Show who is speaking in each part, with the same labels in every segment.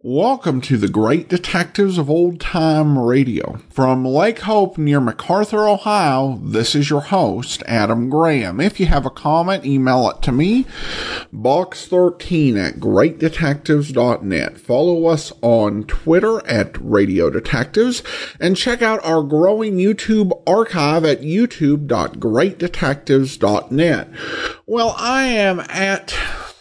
Speaker 1: welcome to the Great Detectives of Old Time Radio. From Lake Hope near MacArthur, Ohio, this is your host, Adam Graham. If you have a comment, email it to me, box13 at greatdetectives.net. Follow us on Twitter at Radio Detectives and check out our growing YouTube archive at youtube.greatdetectives.net. Well, I am at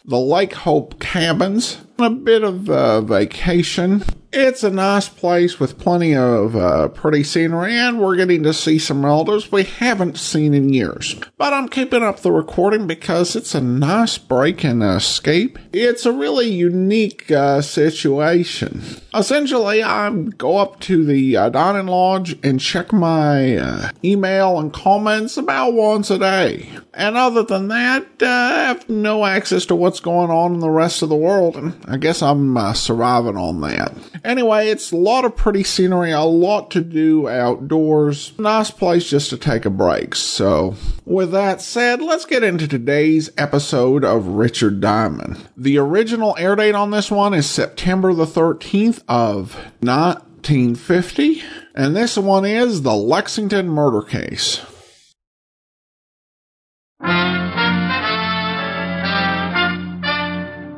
Speaker 1: the Lake Hope Cabins, a bit of a vacation. It's a nice place with plenty of uh, pretty scenery, and we're getting to see some relatives we haven't seen in years. But I'm keeping up the recording because it's a nice break and escape. It's a really unique uh, situation. Essentially, I go up to the uh, dining lodge and check my uh, email and comments about once a day. And other than that, uh, I have no access to what's going on in the rest of the world, and I guess I'm uh, surviving on that. Anyway, it's a lot of pretty scenery, a lot to do outdoors, nice place just to take a break. So, with that said, let's get into today's episode of Richard Diamond. The original air date on this one is September the 13th of not. 1950, and this one is the Lexington murder case.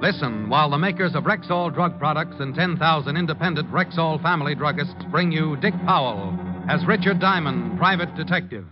Speaker 2: Listen while the makers of Rexall drug products and 10,000 independent Rexall family druggists bring you Dick Powell as Richard Diamond, private detective.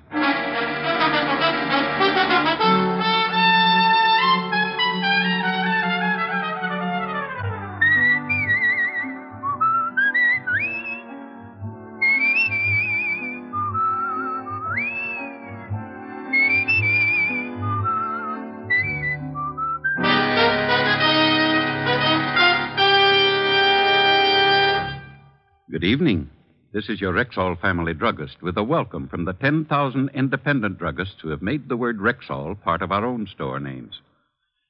Speaker 3: Good evening. This is your Rexall family druggist with a welcome from the 10,000 independent druggists who have made the word Rexall part of our own store names.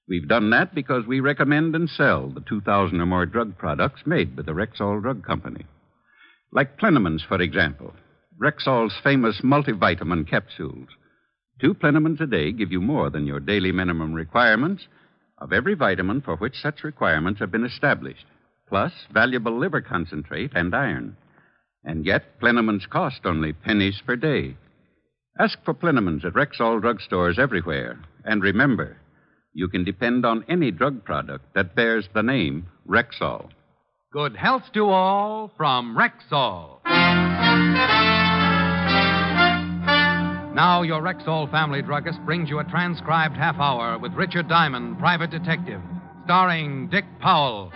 Speaker 3: We've done that because we recommend and sell the 2,000 or more drug products made by the Rexall Drug Company. Like Plenamins, for example, Rexall's famous multivitamin capsules. Two Plenamins a day give you more than your daily minimum requirements of every vitamin for which such requirements have been established plus valuable liver concentrate and iron. And yet, Plenamins cost only pennies per day. Ask for Plenamins at Rexall drugstores everywhere. And remember, you can depend on any drug product that bears the name Rexall.
Speaker 2: Good health to all from Rexall. Now, your Rexall family druggist brings you a transcribed half hour with Richard Diamond, private detective, starring Dick Powell.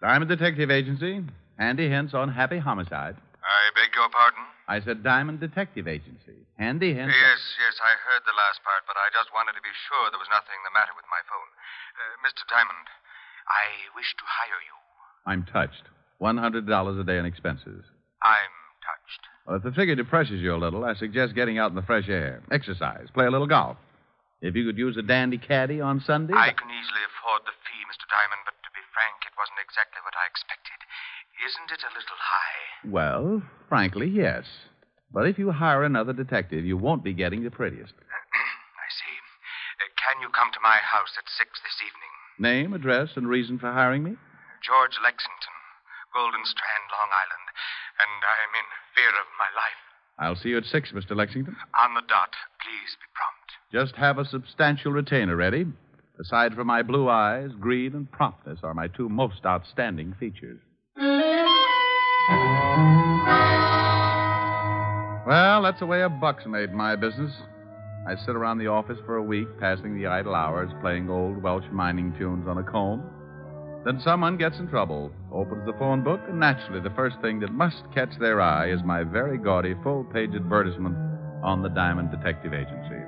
Speaker 4: Diamond Detective Agency. Handy hints on happy homicide.
Speaker 5: I beg your pardon?
Speaker 4: I said Diamond Detective Agency. Handy hints.
Speaker 5: Yes, yes, I heard the last part, but I just wanted to be sure there was nothing the matter with my phone. Uh, Mr. Diamond, I wish to hire you.
Speaker 4: I'm touched. $100 a day in expenses.
Speaker 5: I'm touched.
Speaker 4: Well, if the figure depresses you a little, I suggest getting out in the fresh air. Exercise. Play a little golf. If you could use a dandy caddy on Sunday.
Speaker 5: I can easily afford the fee, Mr. Diamond, but to be frank, it wasn't exactly what I expected. Isn't it a little high?
Speaker 4: Well, frankly, yes. But if you hire another detective, you won't be getting the prettiest.
Speaker 5: I see. Uh, can you come to my house at six this evening?
Speaker 4: Name, address, and reason for hiring me?
Speaker 5: George Lexington, Golden Strand, Long Island. And I'm in fear of my life.
Speaker 4: I'll see you at six, Mr. Lexington.
Speaker 5: On the dot, please be prompt.
Speaker 4: Just have a substantial retainer ready. Aside from my blue eyes, greed and promptness are my two most outstanding features. Well, that's the way a buck's made in my business. I sit around the office for a week, passing the idle hours, playing old Welsh mining tunes on a comb. Then someone gets in trouble, opens the phone book, and naturally the first thing that must catch their eye is my very gaudy full page advertisement on the Diamond Detective Agency.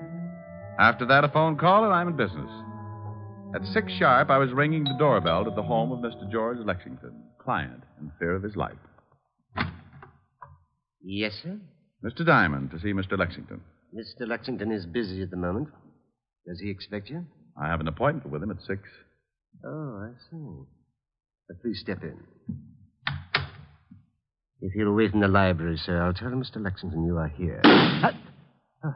Speaker 4: After that, a phone call, and I'm in business. At six sharp, I was ringing the doorbell at the home of Mr. George Lexington, client in fear of his life.
Speaker 6: Yes, sir.
Speaker 4: Mr. Diamond to see Mr. Lexington.
Speaker 6: Mr. Lexington is busy at the moment. Does he expect you?
Speaker 4: I have an appointment with him at six.
Speaker 6: Oh, I see. But please step in. If you'll wait in the library, sir, I'll tell Mr. Lexington you are here.
Speaker 7: Uh,
Speaker 6: Huh? Oh,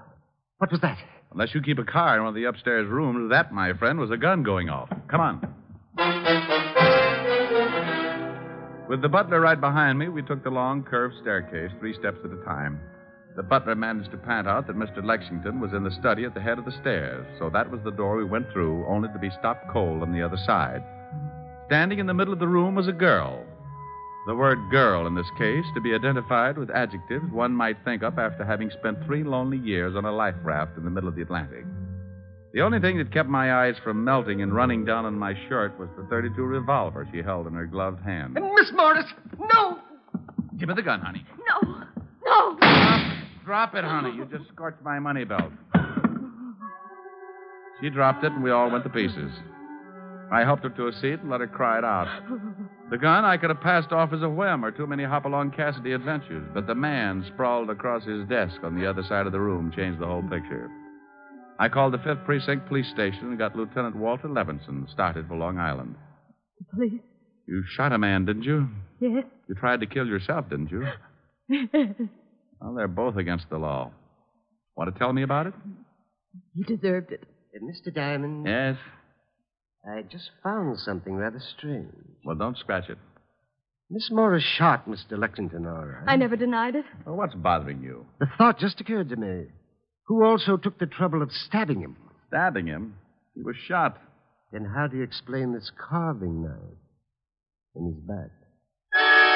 Speaker 6: what was that?
Speaker 4: Unless you keep a car in one of the upstairs rooms, that, my friend, was a gun going off. Come on. With the butler right behind me, we took the long curved staircase, three steps at a time. The butler managed to pant out that Mr. Lexington was in the study at the head of the stairs, so that was the door we went through, only to be stopped cold on the other side. Standing in the middle of the room was a girl. The word girl in this case to be identified with adjectives one might think up after having spent three lonely years on a life raft in the middle of the Atlantic. The only thing that kept my eyes from melting and running down on my shirt was the 32 revolver she held in her gloved hand.
Speaker 8: Miss Morris, no,
Speaker 4: Give me the gun, honey.
Speaker 8: no, no.
Speaker 4: Drop it, honey. You just scorched my money belt. She dropped it, and we all went to pieces. I helped her to a seat and let her cry it out. The gun I could have passed off as a whim or too many Hopalong Cassidy adventures, but the man sprawled across his desk on the other side of the room changed the whole picture. I called the 5th Precinct Police Station and got Lieutenant Walter Levinson started for Long Island.
Speaker 7: Please.
Speaker 4: You shot a man, didn't you?
Speaker 7: Yes.
Speaker 4: You tried to kill yourself, didn't you? Well, they're both against the law. Want to tell me about it?
Speaker 7: he deserved it.
Speaker 6: Uh, Mr. Diamond,
Speaker 4: Yes.
Speaker 6: I just found something rather strange.
Speaker 4: Well, don't scratch it.
Speaker 6: Miss Morris shot Mr. Lexington, all right.
Speaker 7: I never denied it.
Speaker 4: Well, what's bothering you?
Speaker 6: The thought just occurred to me. Who also took the trouble of stabbing him?
Speaker 4: Stabbing him. He was shot.
Speaker 6: Then how do you explain this carving knife in his back?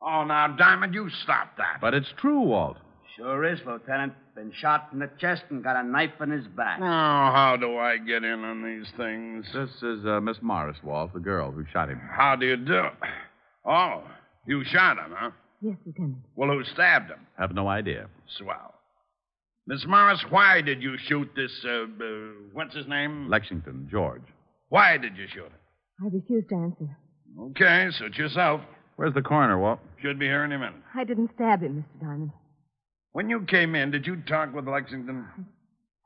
Speaker 9: Oh, now, Diamond, you stop that.
Speaker 4: But it's true, Walt.
Speaker 10: Sure is, Lieutenant. Been shot in the chest and got a knife in his back.
Speaker 9: Now, Oh, how do I get in on these things?
Speaker 4: This is uh, Miss Morris, Walt, the girl who shot him.
Speaker 9: How do you do? Oh, you shot him, huh?
Speaker 7: Yes, Lieutenant.
Speaker 9: Well, who stabbed him?
Speaker 4: Have no idea.
Speaker 9: Swell. Miss Morris, why did you shoot this, uh, uh, what's his name?
Speaker 4: Lexington, George.
Speaker 9: Why did you shoot him?
Speaker 7: I refused to answer.
Speaker 9: Okay, suit yourself.
Speaker 4: Where's the coroner, Walt?
Speaker 9: Should be here any minute.
Speaker 7: I didn't stab him, Mr. Diamond.
Speaker 9: When you came in, did you talk with Lexington?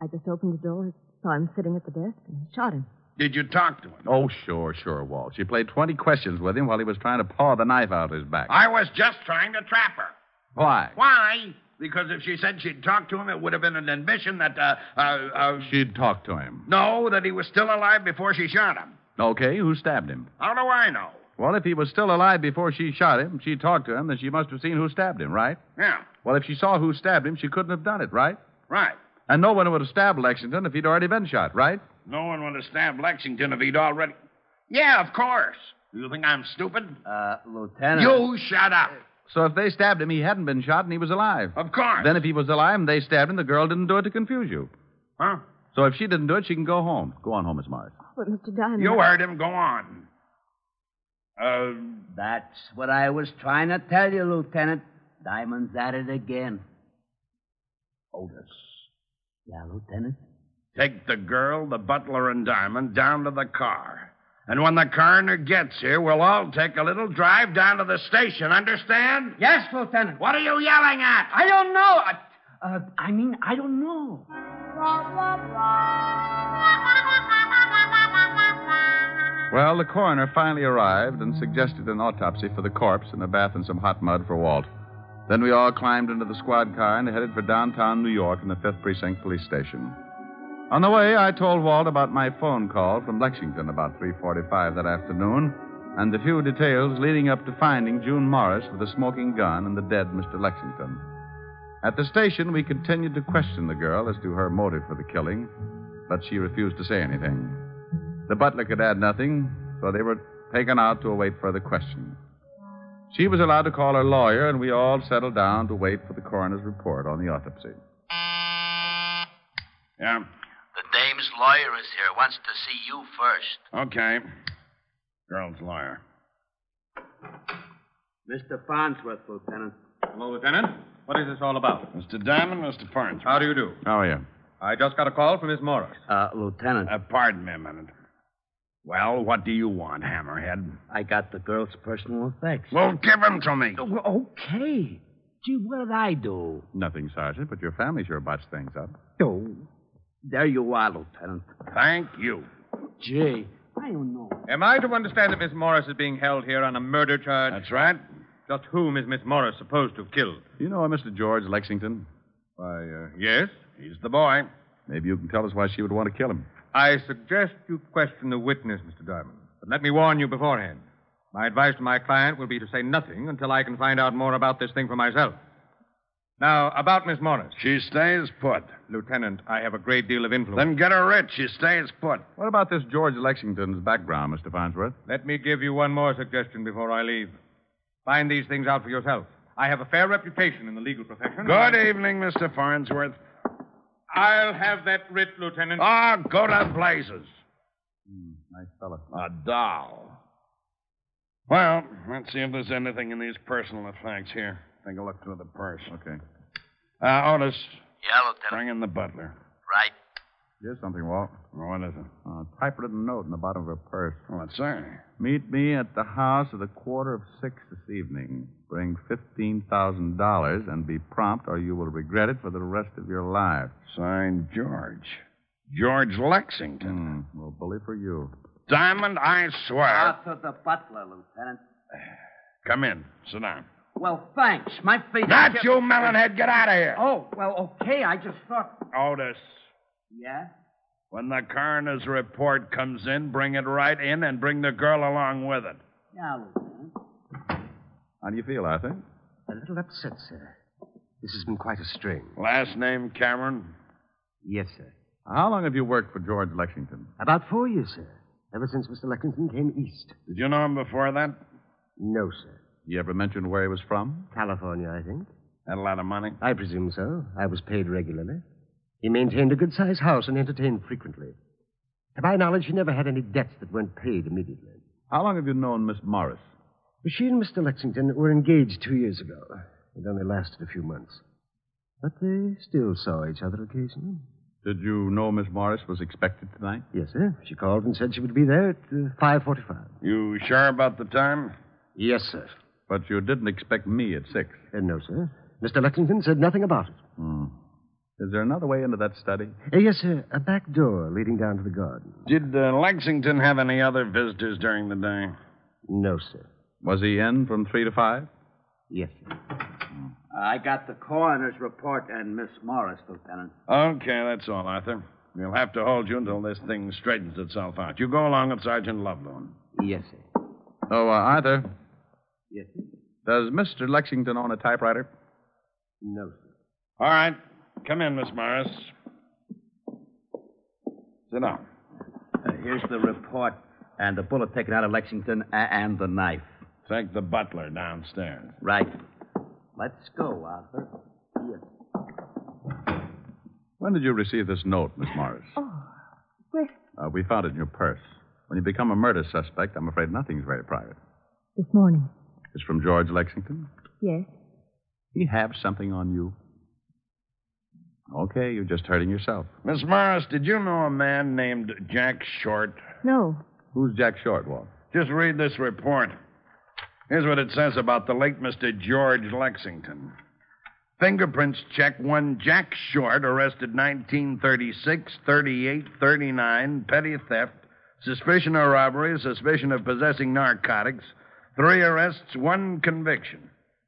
Speaker 7: I just opened the door, saw him sitting at the desk, and shot him.
Speaker 9: Did you talk to him?
Speaker 4: Oh, sure, sure, Walt. She played 20 questions with him while he was trying to paw the knife out of his back.
Speaker 9: I was just trying to trap her.
Speaker 4: Why?
Speaker 9: Why? Because if she said she'd talked to him, it would have been an admission that, uh, uh, uh,
Speaker 4: She'd talked to him.
Speaker 9: no, that he was still alive before she shot him.
Speaker 4: Okay, who stabbed him?
Speaker 9: How do I know?
Speaker 4: Well, if he was still alive before she shot him, she talked to him, then she must have seen who stabbed him, right?
Speaker 9: Yeah,
Speaker 4: Well, if she saw who stabbed him, she couldn't have done it, right?
Speaker 9: right.
Speaker 4: And no one would have stabbed Lexington if he'd already been shot, right?
Speaker 9: No one would have stabbed Lexington if he'd already. Yeah, of course. You think I'm stupid?
Speaker 10: Uh, Lieutenant.
Speaker 9: You shut up.
Speaker 4: So if they stabbed him, he hadn't been shot and he was alive.
Speaker 9: Of course.
Speaker 4: Then if he was alive and they stabbed him, the girl didn't do it to confuse you.
Speaker 9: Huh?
Speaker 4: So if she didn't do it, she can go home. Go on home, Miss Morris.
Speaker 7: But Mr. Diamond.
Speaker 9: You heard him. Go on. Uh,
Speaker 10: That's what I was trying to tell you, Lieutenant. Diamond's at it again.
Speaker 9: Otis,
Speaker 10: Yeah, Lieutenant?
Speaker 9: take the girl, the butler, and Diamond down to the car. And when the coroner gets here, we'll all take a little drive down to the station. Understand?
Speaker 10: Yes, Lieutenant.
Speaker 9: What are you yelling at?
Speaker 10: I don't know. I, uh, I mean, I don't know.
Speaker 4: Well, the coroner finally arrived and suggested an autopsy for the corpse and a bath in some hot mud for Walt. Then we all climbed into the squad car and headed for downtown New York and the 5th Precinct Police Station. On the way, I told Walt about my phone call from Lexington about 3:45 that afternoon and the few details leading up to finding June Morris with the smoking gun and the dead Mr. Lexington. At the station, we continued to question the girl as to her motive for the killing, but she refused to say anything. The butler could add nothing, so they were taken out to await further questioning. She was allowed to call her lawyer, and we all settled down to wait for the coroner's report on the autopsy.
Speaker 9: Yeah.
Speaker 5: The dame's lawyer is here, wants to see you first.
Speaker 9: Okay. Girl's lawyer.
Speaker 10: Mr. Farnsworth, Lieutenant.
Speaker 11: Hello, Lieutenant. What is this all about?
Speaker 9: Mr. Diamond, Mr. Farnsworth.
Speaker 11: How do you do?
Speaker 4: How are you?
Speaker 11: I just got a call from Miss Morris.
Speaker 10: Uh, Lieutenant,
Speaker 9: Uh, pardon me a minute. Well, what do you want, Hammerhead?
Speaker 10: I got the girl's personal effects.
Speaker 9: Well, give 'em to me.
Speaker 10: Oh, well, okay. Gee, what did I do?
Speaker 4: Nothing, Sergeant, but your family sure botched things up.
Speaker 10: Oh, there you are, Lieutenant.
Speaker 9: Thank you.
Speaker 11: Gee.
Speaker 10: I don't know.
Speaker 11: Am I to understand that Miss Morris is being held here on a murder charge?
Speaker 9: That's right.
Speaker 11: Just whom is Miss Morris supposed to have killed?
Speaker 4: You know a Mr. George Lexington? Why, uh,
Speaker 11: yes,
Speaker 9: he's the boy.
Speaker 4: Maybe you can tell us why she would want to kill him.
Speaker 11: I suggest you question the witness, Mr. Diamond. But let me warn you beforehand. My advice to my client will be to say nothing until I can find out more about this thing for myself. Now, about Miss Morris.
Speaker 9: She stays put.
Speaker 11: Lieutenant, I have a great deal of influence.
Speaker 9: Then get her rich. She stays put.
Speaker 4: What about this George Lexington's background, Mr. Farnsworth?
Speaker 11: Let me give you one more suggestion before I leave. Find these things out for yourself. I have a fair reputation in the legal profession.
Speaker 9: Good I... evening, Mr. Farnsworth.
Speaker 11: I'll have that writ, Lieutenant.
Speaker 9: Ah, oh, go to blazes.
Speaker 4: Mm, nice fellow.
Speaker 9: A doll. Well, let's see if there's anything in these personal effects here. Take a look through the purse.
Speaker 4: Okay.
Speaker 9: Uh, Otis.
Speaker 5: Yeah, Lieutenant.
Speaker 9: Bring in the butler.
Speaker 5: Right.
Speaker 4: Here's something, Walt.
Speaker 9: What is it?
Speaker 4: A typewritten note in the bottom of her purse.
Speaker 9: What's sir?
Speaker 4: Meet me at the house at a quarter of six this evening. Bring $15,000 and be prompt, or you will regret it for the rest of your life.
Speaker 9: Signed, George. George Lexington.
Speaker 4: Mm, well, bully for you.
Speaker 9: Diamond, I swear.
Speaker 10: Out to the butler, Lieutenant.
Speaker 9: Come in. Sit down.
Speaker 10: Well, thanks. My feet.
Speaker 9: Not kept... you, melonhead. Get out of here.
Speaker 10: Oh, well, okay. I just thought.
Speaker 9: Otis.
Speaker 10: Yeah?
Speaker 9: When the coroner's report comes in, bring it right in and bring the girl along with it.
Speaker 10: Yeah, Lieutenant.
Speaker 4: How do you feel, Arthur?
Speaker 6: A little upset, sir. This has been quite a string.
Speaker 9: Last name Cameron?
Speaker 6: Yes, sir.
Speaker 4: How long have you worked for George Lexington?
Speaker 6: About four years, sir. Ever since Mr. Lexington came east.
Speaker 9: Did you know him before that?
Speaker 6: No, sir.
Speaker 4: You ever mentioned where he was from?
Speaker 6: California, I think.
Speaker 9: Had a lot of money?
Speaker 6: I presume so. I was paid regularly. He maintained a good sized house and entertained frequently. To my knowledge, he never had any debts that weren't paid immediately.
Speaker 4: How long have you known Miss Morris?
Speaker 6: She and Mr. Lexington were engaged two years ago. It only lasted a few months. But they still saw each other occasionally.
Speaker 4: Did you know Miss Morris was expected tonight?
Speaker 6: Yes, sir. She called and said she would be there at uh, 5.45.
Speaker 9: You sure about the time?
Speaker 6: Yes, sir.
Speaker 4: But you didn't expect me at 6?
Speaker 6: Uh, no, sir. Mr. Lexington said nothing about it.
Speaker 4: Hmm. Is there another way into that study?
Speaker 6: Uh, yes, sir. A back door leading down to the garden.
Speaker 9: Did uh, Lexington have any other visitors during the day?
Speaker 6: No, sir.
Speaker 4: Was he in from 3 to 5?
Speaker 6: Yes, sir.
Speaker 10: Uh, I got the coroner's report and Miss Morris, Lieutenant.
Speaker 9: Okay, that's all, Arthur. We'll have to hold you until this thing straightens itself out. You go along with Sergeant Lovelorn.
Speaker 6: Yes, sir.
Speaker 4: Oh, uh, Arthur.
Speaker 10: Yes, sir.
Speaker 4: Does Mr. Lexington own a typewriter?
Speaker 6: No, sir.
Speaker 9: All right. Come in, Miss Morris. Sit down.
Speaker 10: Uh, here's the report and the bullet taken out of Lexington and the knife.
Speaker 9: Take the butler downstairs.
Speaker 10: Right. Let's go, Arthur. Here.
Speaker 4: When did you receive this note, Miss Morris?
Speaker 7: Oh, where?
Speaker 4: Uh, we found it in your purse. When you become a murder suspect, I'm afraid nothing's very private.
Speaker 7: This morning.
Speaker 4: It's from George Lexington?
Speaker 7: Yes.
Speaker 4: He have something on you? Okay, you're just hurting yourself.
Speaker 9: Miss Morris, did you know a man named Jack Short?
Speaker 7: No.
Speaker 4: Who's Jack Short, Walt?
Speaker 9: Just read this report. Here's what it says about the late Mr. George Lexington. Fingerprints check one Jack Short, arrested 1936, 38, 39, petty theft, suspicion of robbery, suspicion of possessing narcotics, three arrests, one conviction.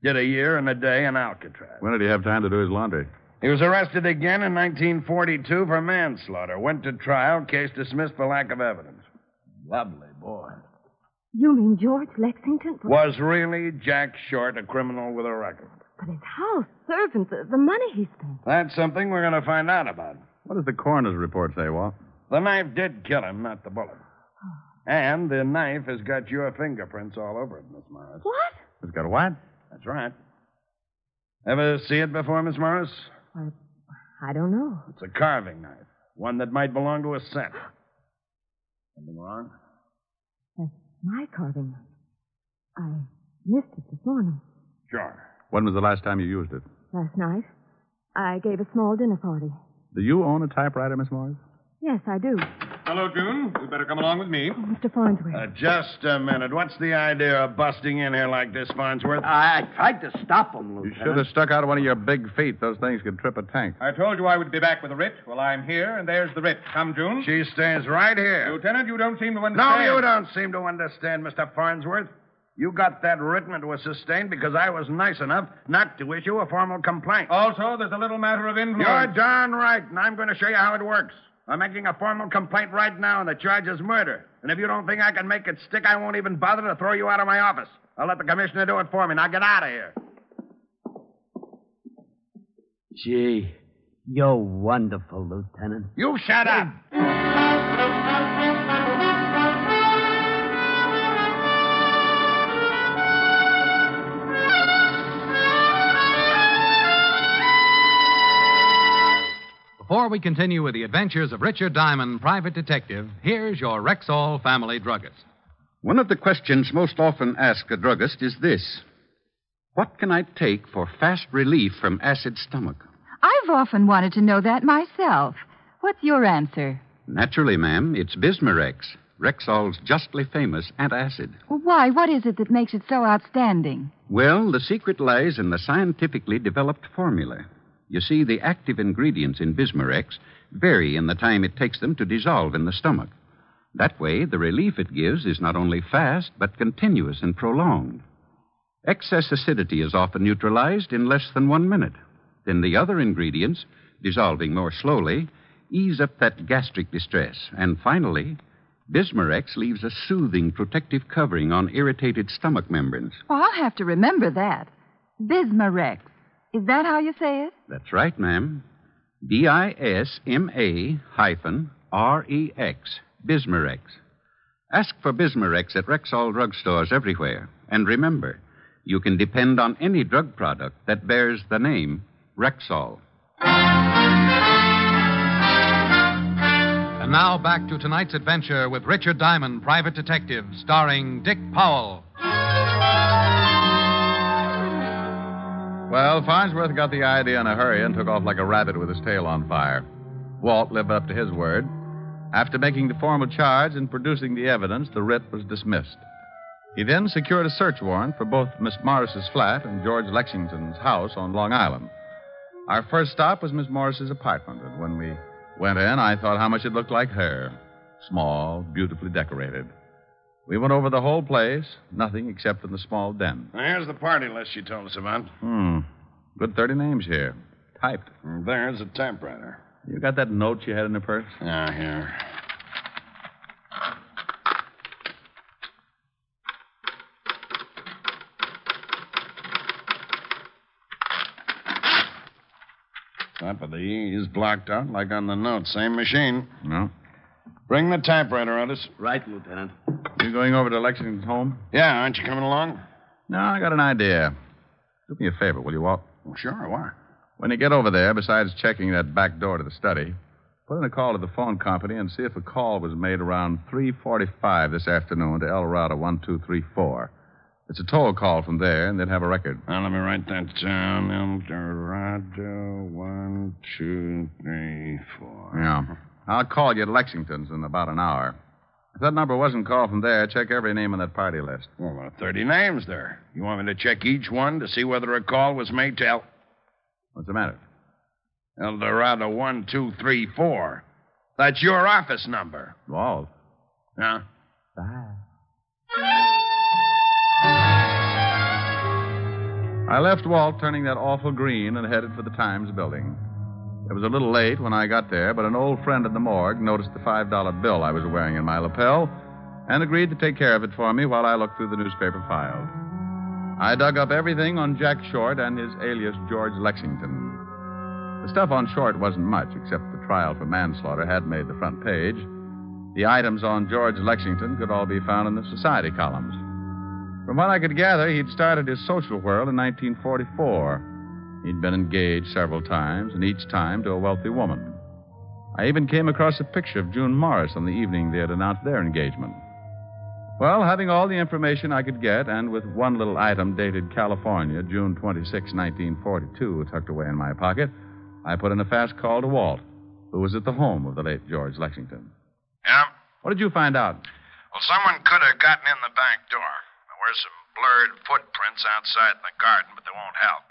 Speaker 9: Did a year and a day in Alcatraz.
Speaker 4: When did he have time to do his laundry?
Speaker 9: He was arrested again in 1942 for manslaughter. Went to trial, case dismissed for lack of evidence. Lovely boy.
Speaker 7: You mean George Lexington?
Speaker 9: Was really Jack Short a criminal with a record?
Speaker 7: But his house, servants, uh, the money he spent.
Speaker 9: That's something we're going to find out about.
Speaker 4: What does the coroner's report say, Walt?
Speaker 9: The knife did kill him, not the bullet. Oh. And the knife has got your fingerprints all over it, Miss Morris.
Speaker 7: What?
Speaker 4: It's got what?
Speaker 9: That's right. Ever see it before, Miss Morris?
Speaker 7: I, I don't know.
Speaker 9: It's a carving knife, one that might belong to a set. Something wrong?
Speaker 7: my carving knife. I missed it this morning.
Speaker 9: Sure.
Speaker 4: When was the last time you used it?
Speaker 7: Last night. I gave a small dinner party.
Speaker 4: Do you own a typewriter, Miss Morris?
Speaker 7: Yes, I do.
Speaker 11: Hello, June. You'd better come along with me.
Speaker 7: Mr. Farnsworth.
Speaker 9: Uh, just a minute. What's the idea of busting in here like this, Farnsworth?
Speaker 10: I tried to stop him, Lieutenant.
Speaker 4: Should have stuck out one of your big feet. Those things could trip a tank.
Speaker 11: I told you I would be back with the writ. Well, I'm here, and there's the writ. Come, June.
Speaker 9: She stands right here.
Speaker 11: Lieutenant, you don't seem to
Speaker 9: No,
Speaker 11: understand.
Speaker 9: you don't seem to understand, Mr. Farnsworth. You got that written that was sustained because I was nice enough not to issue a formal complaint.
Speaker 11: Also, there's a little matter of influence.
Speaker 9: You're darn right, and I'm going to show you how it works. I'm making a formal complaint right now, and the charge is murder. And if you don't think I can make it stick, I won't even bother to throw you out of my office. I'll let the commissioner do it for me. Now get out of here.
Speaker 10: Gee, you're wonderful, Lieutenant.
Speaker 9: You shut up.
Speaker 2: Before we continue with the adventures of Richard Diamond, private detective, here's your Rexall family druggist.
Speaker 3: One of the questions most often asked a druggist is this What can I take for fast relief from acid stomach?
Speaker 12: I've often wanted to know that myself. What's your answer?
Speaker 3: Naturally, ma'am, it's Bismarex, Rexall's justly famous antacid.
Speaker 12: Well, Why? What is it that makes it so outstanding?
Speaker 3: Well, the secret lies in the scientifically developed formula. You see, the active ingredients in Bismarex vary in the time it takes them to dissolve in the stomach. That way, the relief it gives is not only fast, but continuous and prolonged. Excess acidity is often neutralized in less than one minute. Then the other ingredients, dissolving more slowly, ease up that gastric distress. And finally, Bismarex leaves a soothing protective covering on irritated stomach membranes.
Speaker 12: Well, I'll have to remember that. Bismarex. Is that how you say it?
Speaker 3: That's right, ma'am. B I S M A hyphen R E X, Bismarex. Ask for Bismarex at Rexall drugstores everywhere. And remember, you can depend on any drug product that bears the name Rexall.
Speaker 2: And now back to tonight's adventure with Richard Diamond, private detective, starring Dick Powell.
Speaker 4: Well, Farnsworth got the idea in a hurry and took off like a rabbit with his tail on fire. Walt lived up to his word. After making the formal charge and producing the evidence, the writ was dismissed. He then secured a search warrant for both Miss Morris's flat and George Lexington's house on Long Island. Our first stop was Miss Morris's apartment, and when we went in, I thought how much it looked like her small, beautifully decorated. We went over the whole place, nothing except in the small den.
Speaker 9: There's the party list she told us about.
Speaker 4: Hmm. Good 30 names here. Typed.
Speaker 9: Mm, There's a typewriter.
Speaker 4: You got that note you had in her purse?
Speaker 9: Ah, here. Top of the E is blocked out like on the note. Same machine.
Speaker 4: No.
Speaker 9: Bring the typewriter, Otis.
Speaker 10: Right, Lieutenant.
Speaker 4: You going over to Lexington's home?
Speaker 9: Yeah, aren't you coming along?
Speaker 4: No, I got an idea. Do me a favor, will you, Walt?
Speaker 9: Well, sure, why?
Speaker 4: When you get over there, besides checking that back door to the study, put in a call to the phone company and see if a call was made around 3.45 this afternoon to El Dorado 1234. It's a toll call from there, and they'd have a record.
Speaker 9: Now, let me write that down. El Dorado, one, two, three, four.
Speaker 4: Yeah. I'll call you at Lexington's in about an hour. If that number wasn't called from there, check every name on that party list.
Speaker 9: Well, about 30 names there. You want me to check each one to see whether a call was made to El,
Speaker 4: What's the matter?
Speaker 9: El Dorado 1234? That's your office number.
Speaker 4: Walt.
Speaker 9: Huh?
Speaker 4: I left Walt turning that awful green and headed for the Times building. It was a little late when I got there, but an old friend at the morgue noticed the $5 bill I was wearing in my lapel and agreed to take care of it for me while I looked through the newspaper files. I dug up everything on Jack Short and his alias George Lexington. The stuff on Short wasn't much, except the trial for manslaughter had made the front page. The items on George Lexington could all be found in the society columns. From what I could gather, he'd started his social world in 1944. He'd been engaged several times, and each time to a wealthy woman. I even came across a picture of June Morris on the evening they had announced their engagement. Well, having all the information I could get, and with one little item dated California, June 26, 1942, tucked away in my pocket, I put in a fast call to Walt, who was at the home of the late George Lexington.
Speaker 9: Yeah?
Speaker 4: What did you find out?
Speaker 9: Well, someone could have gotten in the back door. There were some blurred footprints outside in the garden, but they won't help.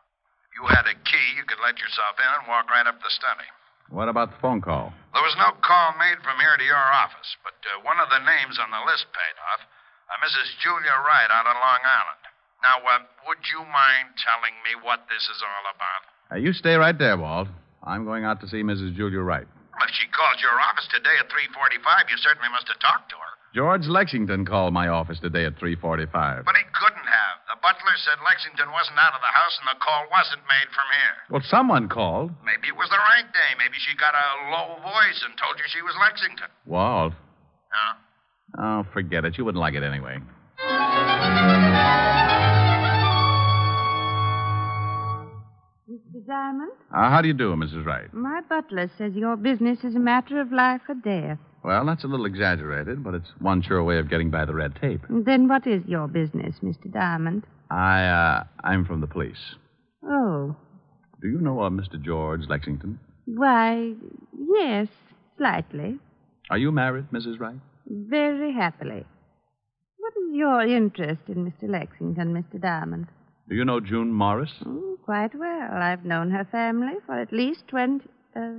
Speaker 9: If you had a key, you could let yourself in and walk right up the study.
Speaker 4: What about the phone call?
Speaker 9: There was no call made from here to your office, but uh, one of the names on the list paid off uh, Mrs. Julia Wright out on Long Island. Now, uh, would you mind telling me what this is all about?
Speaker 4: Now, you stay right there, Walt. I'm going out to see Mrs. Julia Wright.
Speaker 9: If she called your office today at 3:45, you certainly must have talked to her.
Speaker 4: George Lexington called my office today at 3:45.
Speaker 9: But he couldn't have. The butler said Lexington wasn't out of the house and the call wasn't made from here.
Speaker 4: Well, someone called.
Speaker 9: Maybe it was the right day. Maybe she got a low voice and told you she was Lexington.
Speaker 4: Walt.
Speaker 9: Huh?
Speaker 4: Oh, forget it. You wouldn't like it anyway.
Speaker 13: Mr. Diamond?
Speaker 4: Uh, how do you do, Mrs. Wright?
Speaker 13: My butler says your business is a matter of life or death.
Speaker 4: Well, that's a little exaggerated, but it's one sure way of getting by the red tape.
Speaker 13: Then what is your business, Mr. Diamond?
Speaker 4: I, uh, I'm from the police.
Speaker 13: Oh,
Speaker 4: Do you know of Mr. George Lexington?
Speaker 13: why, yes, slightly.
Speaker 4: Are you married, Mrs. Wright?
Speaker 13: Very happily. What is your interest in Mr. Lexington, Mr. Diamond?
Speaker 4: Do you know June Morris?
Speaker 13: Quite well. I've known her family for at least twenty, uh,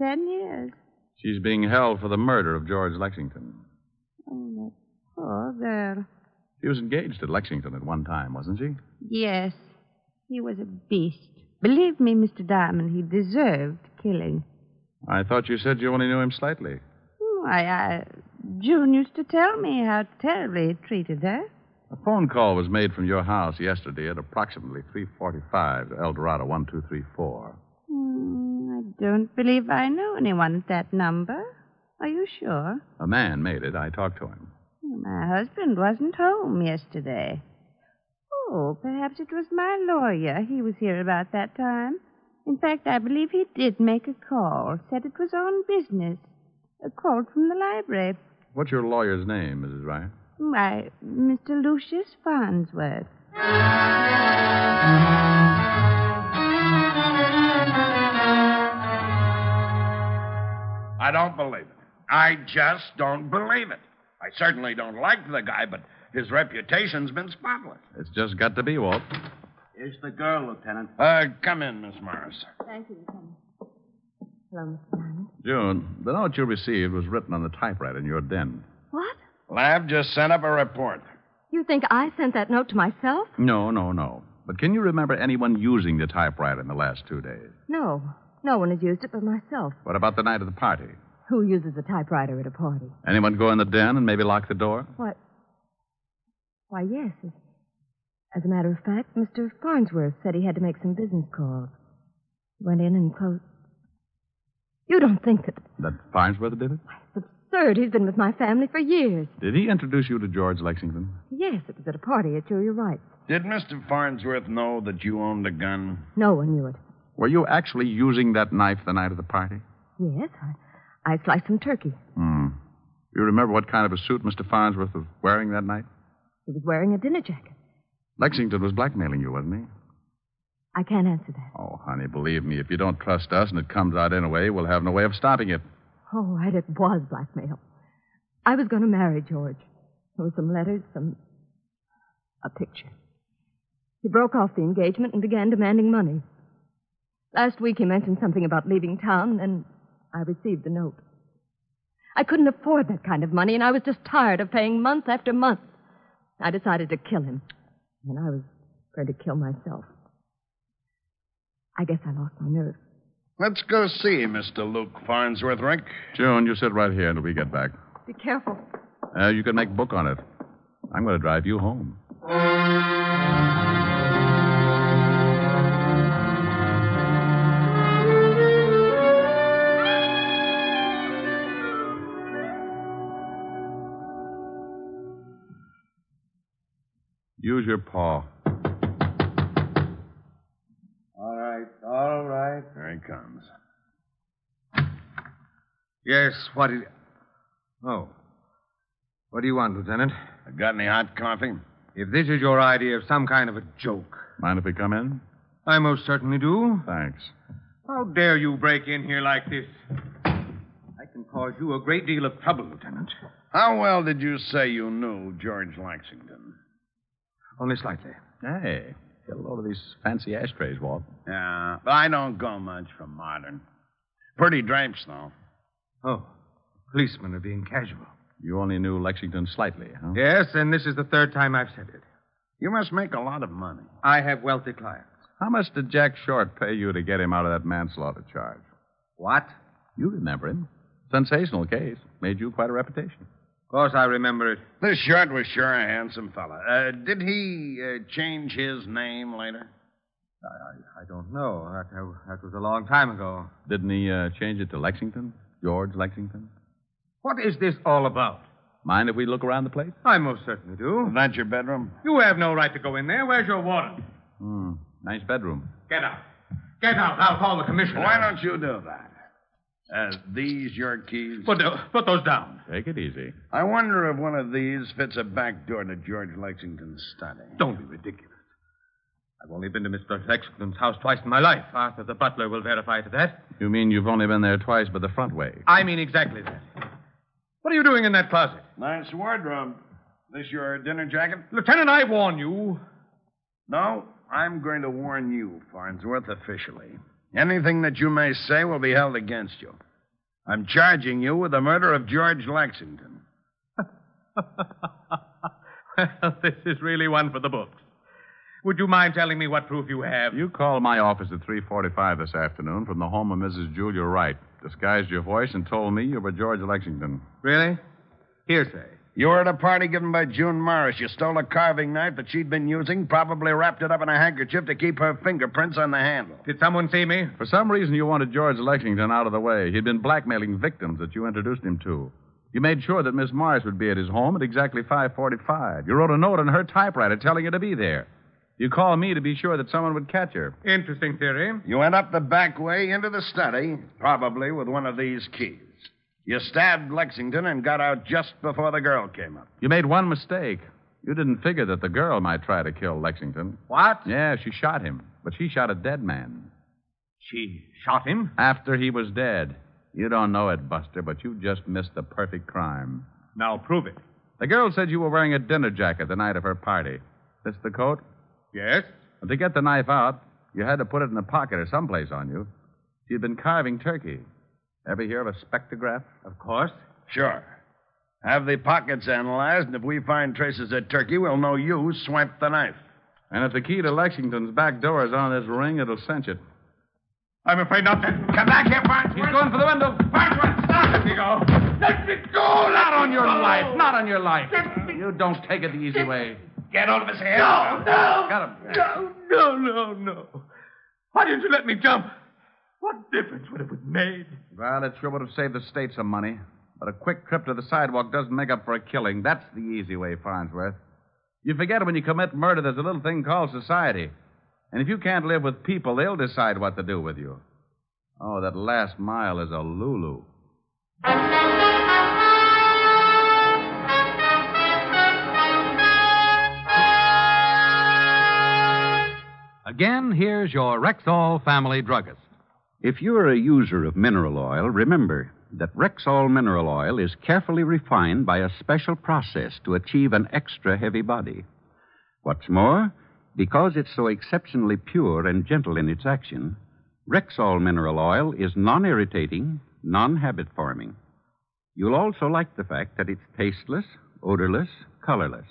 Speaker 13: ten years.
Speaker 4: She's being held for the murder of George Lexington.
Speaker 13: Oh, that poor girl.
Speaker 4: She was engaged to Lexington at one time, wasn't she?
Speaker 13: Yes, he was a beast. Believe me, Mr. Diamond, he deserved killing.
Speaker 4: I thought you said you only knew him slightly.
Speaker 13: Why, I, June used to tell me how terribly he treated her.
Speaker 4: A phone call was made from your house yesterday at approximately 3:45 to Eldorado 1234.
Speaker 13: Hmm, I don't believe I know anyone at that number. Are you sure?
Speaker 4: A man made it. I talked to him.
Speaker 13: My husband wasn't home yesterday. Oh, perhaps it was my lawyer. He was here about that time. In fact, I believe he did make a call. Said it was on business. A call from the library.
Speaker 4: What's your lawyer's name, Mrs. Ryan?
Speaker 13: Why, Mr. Lucius Farnsworth.
Speaker 14: I don't believe it. I just don't believe it. I certainly don't like the guy, but his reputation's been spotless.
Speaker 4: It's just got to be, Walt.
Speaker 14: Here's the girl, Lieutenant. Uh, come in, Miss Morris.
Speaker 7: Thank you, Lieutenant. Hello, Mr. Diamond.
Speaker 4: June, the note you received was written on the typewriter in your den.
Speaker 7: What?
Speaker 14: Lab just sent up a report.
Speaker 7: You think I sent that note to myself?
Speaker 4: No, no, no. But can you remember anyone using the typewriter in the last two days?
Speaker 7: No. No one has used it but myself.
Speaker 4: What about the night of the party?
Speaker 7: Who uses a typewriter at a party?
Speaker 4: Anyone go in the den and maybe lock the door?
Speaker 7: Why? Why, yes. as- As a matter of fact, Mr. Farnsworth said he had to make some business calls. Went in and closed. You don't think that
Speaker 4: That Farnsworth did it?
Speaker 7: absurd? He's been with my family for years.
Speaker 4: Did he introduce you to George Lexington?
Speaker 7: Yes, it was at a party at Julia Wright's.
Speaker 14: Did Mr. Farnsworth know that you owned a gun?
Speaker 7: No one knew it.
Speaker 4: Were you actually using that knife the night of the party?
Speaker 7: Yes, I, I sliced some turkey.
Speaker 4: Hmm. You remember what kind of a suit Mr. Farnsworth was wearing that night?
Speaker 7: He was wearing a dinner jacket.
Speaker 4: Lexington was blackmailing you, wasn't he?
Speaker 7: I can't answer that.
Speaker 4: Oh, honey, believe me, if you don't trust us and it comes out anyway, we'll have no way of stopping it.
Speaker 7: All right, Oh, it was blackmail. I was going to marry George. There were some letters, some. a picture. He broke off the engagement and began demanding money. Last week he mentioned something about leaving town, and I received the note. I couldn't afford that kind of money, and I was just tired of paying month after month. I decided to kill him, and I was going to kill myself. I guess I lost my nerve.
Speaker 14: Let's go see Mr. Luke Farnsworth, Rick.
Speaker 4: June, you sit right here until we get back.
Speaker 7: Be careful.
Speaker 4: Uh, you can make book on it. I'm going to drive you home. Use your paw.
Speaker 14: All right, all right. Here he comes.
Speaker 4: Yes, what is. Oh.
Speaker 14: What do you want, Lieutenant? Got any hot coffee?
Speaker 4: If this is your idea of some kind of a joke. Mind if we come in?
Speaker 14: I most certainly do.
Speaker 4: Thanks. How dare you break in here like this?
Speaker 14: I can
Speaker 11: cause you a great deal of trouble, Lieutenant.
Speaker 9: How well did you say you knew George Lexington?
Speaker 11: Only slightly.
Speaker 4: Hey, get a load of these fancy ashtrays, Walt.
Speaker 9: Yeah, but I don't go much for modern. Pretty drapes, though.
Speaker 11: Oh, policemen are being casual.
Speaker 4: You only knew Lexington slightly, huh?
Speaker 11: Yes, and this is the third time I've said it.
Speaker 9: You must make a lot of money.
Speaker 11: I have wealthy clients.
Speaker 4: How much did Jack Short pay you to get him out of that manslaughter charge?
Speaker 11: What?
Speaker 4: You remember him. Sensational case. Made you quite a reputation.
Speaker 11: Of course I remember it.
Speaker 9: This Short was sure a handsome fella. Uh, did he uh, change his name later?
Speaker 11: I, I, I don't know. Oh, That, that, was a long time ago.
Speaker 4: Didn't he uh, change it to Lexington? George Lexington?
Speaker 11: What is this all about?
Speaker 4: Mind if we look around the place?
Speaker 11: I most certainly do.
Speaker 9: Is that your bedroom?
Speaker 11: You have no right to go in there. Where's your warrant?
Speaker 4: Hmm. Nice bedroom.
Speaker 11: Get out. Get out. I'll call the commissioner.
Speaker 9: Why don't you do that? Uh, these your keys?
Speaker 11: Put, the, put those down.
Speaker 4: Take it easy.
Speaker 9: I wonder if one of these fits a back door to George Lexington's study.
Speaker 11: Don't be ridiculous. I've only been to Mr. Lexington's house twice in my life. Arthur the butler will verify to that.
Speaker 4: You mean you've only been there twice by the front way?
Speaker 11: I mean exactly that. What are you doing in that closet?
Speaker 9: Nice wardrobe. This your dinner jacket?
Speaker 11: Lieutenant, I warn you.
Speaker 9: No, I'm going to warn you, Farnsworth, officially. Anything that you may say will be held against you. I'm charging you with the murder of George Lexington.
Speaker 11: well, this is really one for the books. Would you mind telling me what proof you have?
Speaker 4: You called my office at 3:45 this afternoon from the home of Mrs. Julia Wright, disguised your voice, and told me you were George Lexington.
Speaker 11: Really? Hearsay.
Speaker 9: You were at a party given by June Morris. You stole a carving knife that she'd been using, probably wrapped it up in a handkerchief to keep her fingerprints on the handle.
Speaker 11: Did someone see me?
Speaker 4: For some reason, you wanted George Lexington out of the way. He'd been blackmailing victims that you introduced him to. You made sure that Miss Morris would be at his home at exactly 5:45. You wrote a note on her typewriter telling her to be there. You called me to be sure that someone would catch her.
Speaker 11: Interesting theory.
Speaker 9: You went up the back way into the study, probably with one of these keys. You stabbed Lexington and got out just before the girl came up.
Speaker 4: You made one mistake. You didn't figure that the girl might try to kill Lexington.
Speaker 11: What?
Speaker 4: Yeah, she shot him, but she shot a dead man.
Speaker 11: She shot him?
Speaker 4: After he was dead. You don't know it, Buster, but you just missed the perfect crime.
Speaker 11: Now prove it.
Speaker 4: The girl said you were wearing a dinner jacket the night of her party. This the coat?
Speaker 11: Yes.
Speaker 4: And to get the knife out, you had to put it in a pocket or someplace on you. She'd been carving turkey. Ever hear of a spectrograph?
Speaker 11: Of course.
Speaker 9: Sure. Have the pockets analyzed, and if we find traces of turkey, we'll know you swiped the knife.
Speaker 4: And if the key to Lexington's back door is on this ring, it'll cinch it.
Speaker 11: I'm afraid not to.
Speaker 9: Come back here, Farnsworth.
Speaker 11: He's going for the window.
Speaker 9: Farnsworth, stop.
Speaker 11: Let me go.
Speaker 9: Let me go.
Speaker 4: Oh,
Speaker 11: Not on your
Speaker 9: go.
Speaker 11: life. Not on your life.
Speaker 9: Let
Speaker 11: you don't take it the easy way.
Speaker 9: Oh. Get out of his hair.
Speaker 11: No, no.
Speaker 9: Got him.
Speaker 11: No, no, no, no. Why didn't you let me jump? What difference would it have made?
Speaker 4: Well, it sure would have saved the state some money. But a quick trip to the sidewalk doesn't make up for a killing. That's the easy way, Farnsworth. You forget when you commit murder, there's a little thing called society. And if you can't live with people, they'll decide what to do with you. Oh, that last mile is a Lulu.
Speaker 2: Again, here's your Rexall family druggist.
Speaker 3: If you're a user of mineral oil, remember that Rexall mineral oil is carefully refined by a special process to achieve an extra heavy body. What's more, because it's so exceptionally pure and gentle in its action, Rexall mineral oil is non irritating, non habit forming. You'll also like the fact that it's tasteless, odorless, colorless.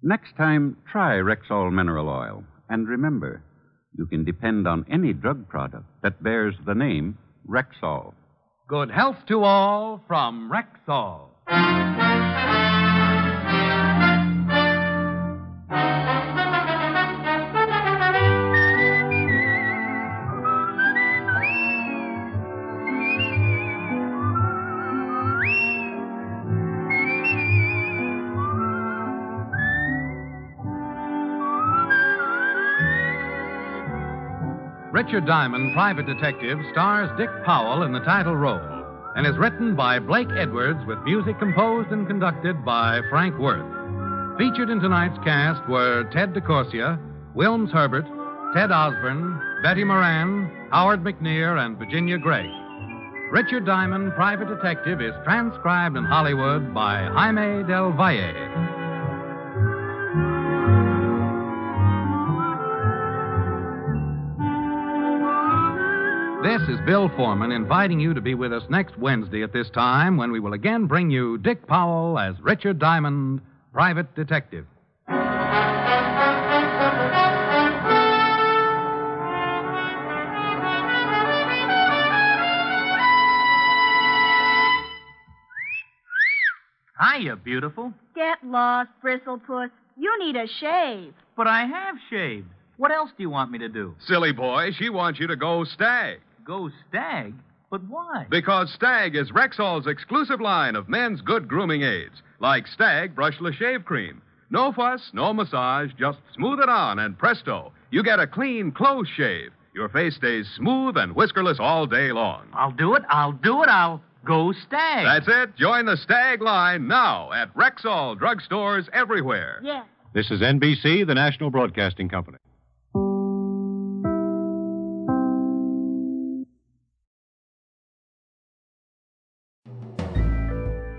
Speaker 3: Next time, try Rexall mineral oil. And remember, you can depend on any drug product that bears the name Rexall.
Speaker 2: Good health to all from Rexall. Richard Diamond, Private Detective, stars Dick Powell in the title role and is written by Blake Edwards with music composed and conducted by Frank Worth. Featured in tonight's cast were Ted DeCorsia, Wilms Herbert, Ted Osborne, Betty Moran, Howard McNear, and Virginia Gregg. Richard Diamond, Private Detective, is transcribed in Hollywood by Jaime Del Valle. This is Bill Foreman inviting you to be with us next Wednesday at this time when we will again bring you Dick Powell as Richard Diamond, Private Detective.
Speaker 15: Hiya, beautiful.
Speaker 16: Get lost, Bristlepuss. You need a shave.
Speaker 15: But I have shaved. What else do you want me to do?
Speaker 4: Silly boy, she wants you to go stag.
Speaker 15: Go stag? But why?
Speaker 4: Because Stag is Rexall's exclusive line of men's good grooming aids, like Stag Brushless Shave Cream. No fuss, no massage, just smooth it on, and presto, you get a clean, close shave. Your face stays smooth and whiskerless all day long.
Speaker 15: I'll do it. I'll do it. I'll go stag.
Speaker 4: That's it. Join the Stag line now at Rexall drugstores everywhere.
Speaker 16: Yes.
Speaker 17: This is NBC, the National Broadcasting Company.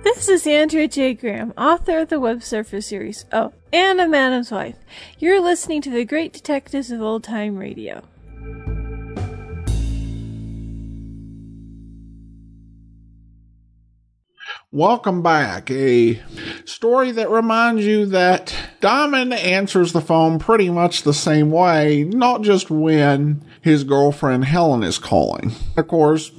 Speaker 18: This is Andrea J. Graham, author of the Web Surfer series. Oh, and a Madam's Wife. You're listening to the great detectives of old time radio.
Speaker 1: Welcome back. A story that reminds you that Diamond answers the phone pretty much the same way, not just when his girlfriend Helen is calling. Of course,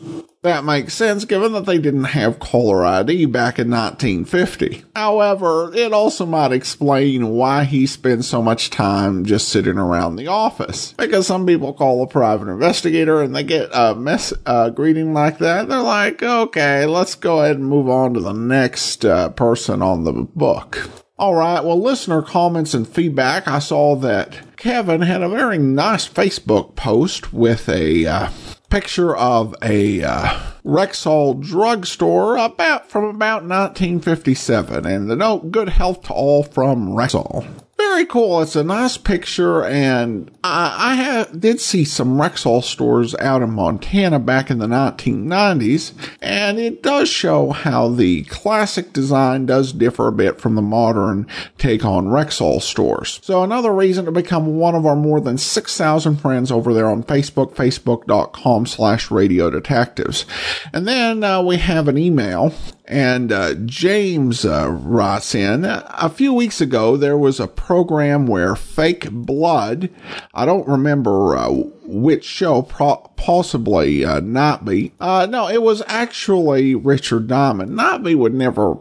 Speaker 1: that makes sense given that they didn't have caller ID back in 1950. However, it also might explain why he spends so much time just sitting around the office. Because some people call a private investigator and they get a mess, a greeting like that. They're like, okay, let's go ahead and move on to the next uh, person on the book. All right. Well, listener comments and feedback. I saw that Kevin had a very nice Facebook post with a uh, picture of a uh, Rexall drugstore about from about 1957, and the note: "Good health to all from Rexall." Very cool. It's a nice picture, and I, I ha- did see some Rexall stores out in Montana back in the 1990s, and it does show how the classic design does differ a bit from the modern take on Rexall stores. So another reason to become one of our more than 6,000 friends over there on Facebook, facebook.com slash radio detectives. And then uh, we have an email and uh, James uh, writes in a few weeks ago, there was a program where fake blood, I don't remember uh, which show, pro- possibly uh, Nightby. Uh, no, it was actually Richard Diamond. Nightby would never,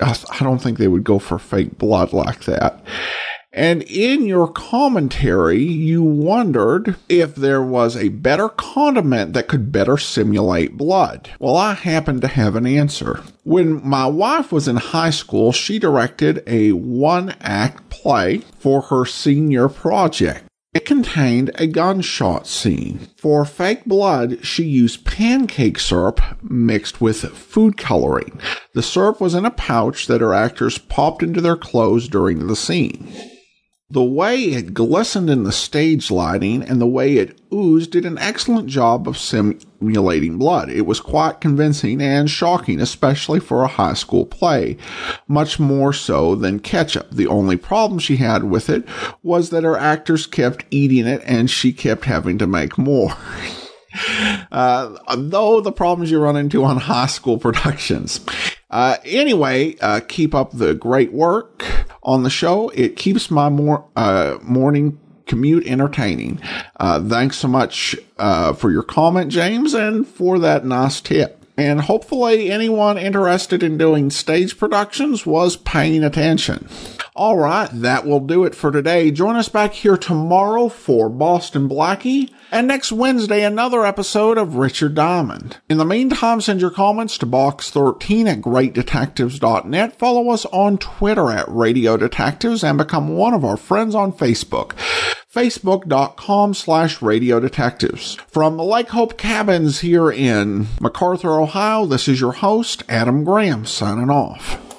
Speaker 1: I don't think they would go for fake blood like that. And in your commentary, you wondered if there was a better condiment that could better simulate blood. Well, I happen to have an answer. When my wife was in high school, she directed a one act play for her senior project. It contained a gunshot scene. For fake blood, she used pancake syrup mixed with food coloring. The syrup was in a pouch that her actors popped into their clothes during the scene. The way it glistened in the stage lighting and the way it oozed did an excellent job of simulating blood. It was quite convincing and shocking, especially for a high school play, much more so than ketchup. The only problem she had with it was that her actors kept eating it and she kept having to make more. Uh, though the problems you run into on high school productions. Uh, anyway, uh, keep up the great work on the show. It keeps my mor- uh, morning commute entertaining. Uh, thanks so much uh, for your comment, James, and for that nice tip. And hopefully, anyone interested in doing stage productions was paying attention. All right, that will do it for today. Join us back here tomorrow for Boston Blackie, and next Wednesday, another episode of Richard Diamond. In the meantime, send your comments to box13 at greatdetectives.net. Follow us on Twitter at Radio Detectives and become one of our friends on Facebook. Facebook.com slash radio detectives. From the Lake Hope Cabins here in MacArthur, Ohio, this is your host, Adam Graham, signing off.